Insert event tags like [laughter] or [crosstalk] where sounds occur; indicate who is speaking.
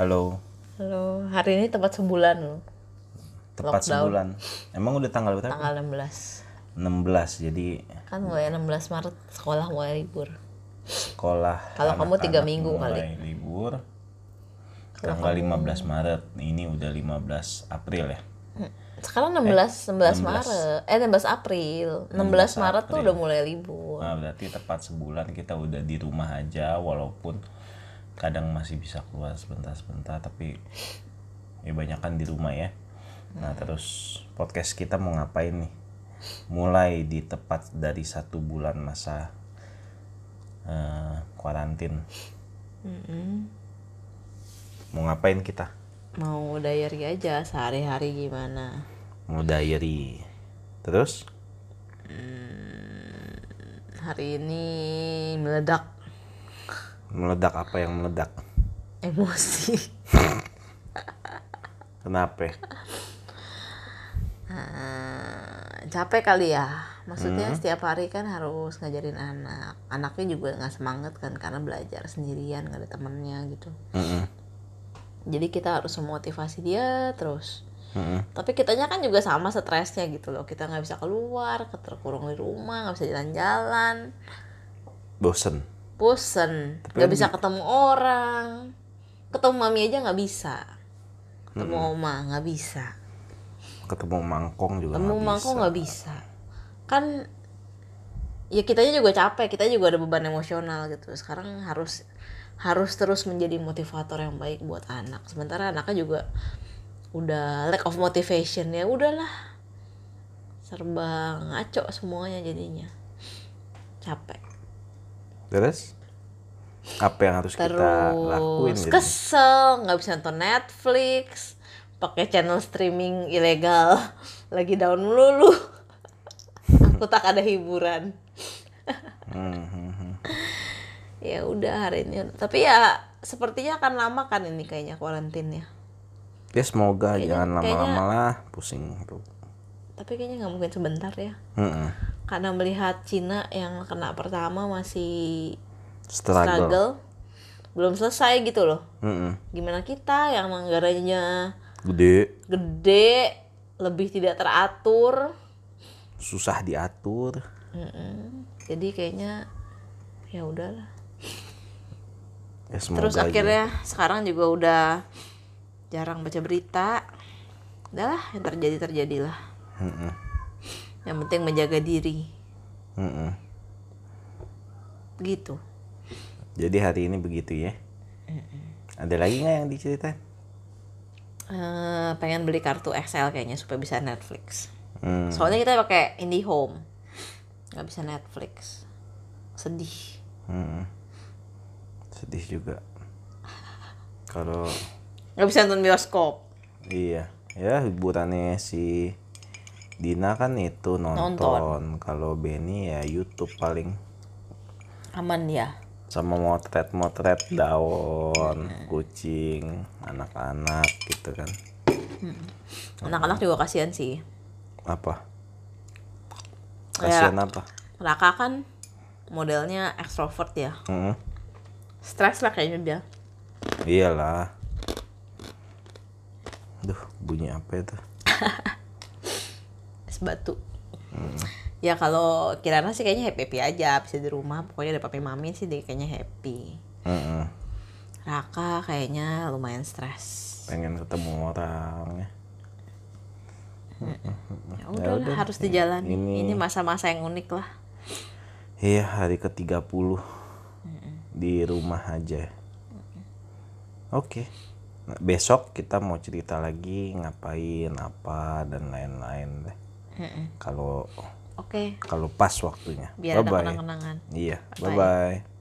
Speaker 1: Halo,
Speaker 2: Halo, hari ini tepat sebulan loh,
Speaker 1: tepat
Speaker 2: Lockdown.
Speaker 1: sebulan. Emang udah tanggal berapa?
Speaker 2: tanggal 16.
Speaker 1: 16. Jadi
Speaker 2: Kan mulai 16 Maret sekolah mulai libur.
Speaker 1: sekolah
Speaker 2: Kalau kamu
Speaker 1: anak-anak
Speaker 2: tiga minggu
Speaker 1: mulai libur. Tanggal 15 Maret. Ini udah 15 April ya.
Speaker 2: Sekarang 16 16 Maret, eh 16 April. 16, Maret tuh udah mulai libur.
Speaker 1: Nah, berarti tepat sebulan kita udah di rumah aja walaupun kadang masih bisa keluar sebentar-sebentar tapi ya banyak kan di rumah ya. Nah, terus podcast kita mau ngapain nih? Mulai di tepat dari satu bulan masa eh, kuarantin. Mau ngapain kita?
Speaker 2: Mau diary aja sehari-hari gimana.
Speaker 1: Mau diary. Terus
Speaker 2: Hari ini meledak
Speaker 1: meledak apa yang meledak?
Speaker 2: emosi. [laughs]
Speaker 1: Kenapa?
Speaker 2: Ah, capek kali ya. Maksudnya setiap hari kan harus ngajarin anak. Anaknya juga nggak semangat kan karena belajar sendirian, nggak ada temennya gitu.
Speaker 1: Mm-mm.
Speaker 2: jadi kita harus memotivasi dia terus
Speaker 1: Mm-mm.
Speaker 2: tapi kitanya kan juga sama stresnya gitu loh kita nggak bisa keluar terkurung di rumah nggak bisa jalan-jalan
Speaker 1: Bosen.
Speaker 2: bosen nggak bisa ketemu orang ketemu mami aja nggak bisa ketemu oma nggak bisa
Speaker 1: Ketemu mangkong juga
Speaker 2: ketemu
Speaker 1: nggak
Speaker 2: mangko
Speaker 1: bisa.
Speaker 2: nggak bisa kan ya kitanya juga capek kita juga ada beban emosional gitu sekarang harus harus terus menjadi motivator yang baik buat anak sementara anaknya juga udah lack of motivation ya udahlah serba ngaco semuanya jadinya capek
Speaker 1: Terus apa yang harus kita lakuin gitu?
Speaker 2: terus
Speaker 1: jadi?
Speaker 2: kesel nggak bisa nonton Netflix pakai channel streaming ilegal [laughs] lagi down melulu [laughs] aku tak ada hiburan
Speaker 1: Hmm, hmm, hmm.
Speaker 2: ya udah hari ini tapi ya sepertinya akan lama kan ini kayaknya kuarantinnya
Speaker 1: Ya semoga jangan lama-lama lah pusing tuh.
Speaker 2: tapi kayaknya nggak mungkin sebentar ya
Speaker 1: Mm-mm.
Speaker 2: karena melihat Cina yang kena pertama masih
Speaker 1: Struggle.
Speaker 2: struggle belum selesai gitu loh
Speaker 1: Mm-mm.
Speaker 2: gimana kita yang anggarannya
Speaker 1: Gede,
Speaker 2: gede lebih tidak teratur
Speaker 1: susah diatur.
Speaker 2: Mm-mm. jadi kayaknya ya udahlah
Speaker 1: Ya semoga
Speaker 2: terus
Speaker 1: aja.
Speaker 2: akhirnya sekarang juga udah jarang baca berita udahlah yang terjadi terjadilah
Speaker 1: Mm-mm.
Speaker 2: yang penting menjaga diri
Speaker 1: Mm-mm.
Speaker 2: gitu
Speaker 1: Jadi hari ini begitu ya. Ada lagi nggak yang diceritain?
Speaker 2: Eh, pengen beli kartu XL kayaknya supaya bisa Netflix
Speaker 1: Hmm,
Speaker 2: soalnya kita pakai IndiHome nggak bisa Netflix sedih
Speaker 1: mm-mm. Sedih juga. Kalau
Speaker 2: nggak bisa nonton bioskop
Speaker 1: Iya, ya hiburannya si Dina kan itu nonton. Kalau Benny ya YouTube paling
Speaker 2: aman ya
Speaker 1: sama motret-motret daun, kucing, anak-anak gitu kan.
Speaker 2: anak-anak juga kasihan sih
Speaker 1: Apa? Kasihan apa?
Speaker 2: Raka kan modelnya ekstrovert ya
Speaker 1: Mm-mm.
Speaker 2: stres lah kayaknya dia
Speaker 1: Iyalah. Duh, bunyi apa itu?
Speaker 2: es batu ya kalau Kirana sih kayaknya happy happy aja bisa di rumah pokoknya ada papi mami sih dia kayaknya happy
Speaker 1: Mm-mm.
Speaker 2: Raka kayaknya lumayan stres
Speaker 1: Pengen ketemu orang ya.
Speaker 2: ya udah lah, harus dijalani ini, masa-masa yang unik lah
Speaker 1: Iya, hari ke-30 di rumah aja. Oke. Nah, besok kita mau cerita lagi ngapain apa dan lain-lain deh. Kalau
Speaker 2: oke
Speaker 1: kalau pas waktunya.
Speaker 2: biar ada
Speaker 1: bye bye.
Speaker 2: kenang-kenangan
Speaker 1: Iya, bye bye.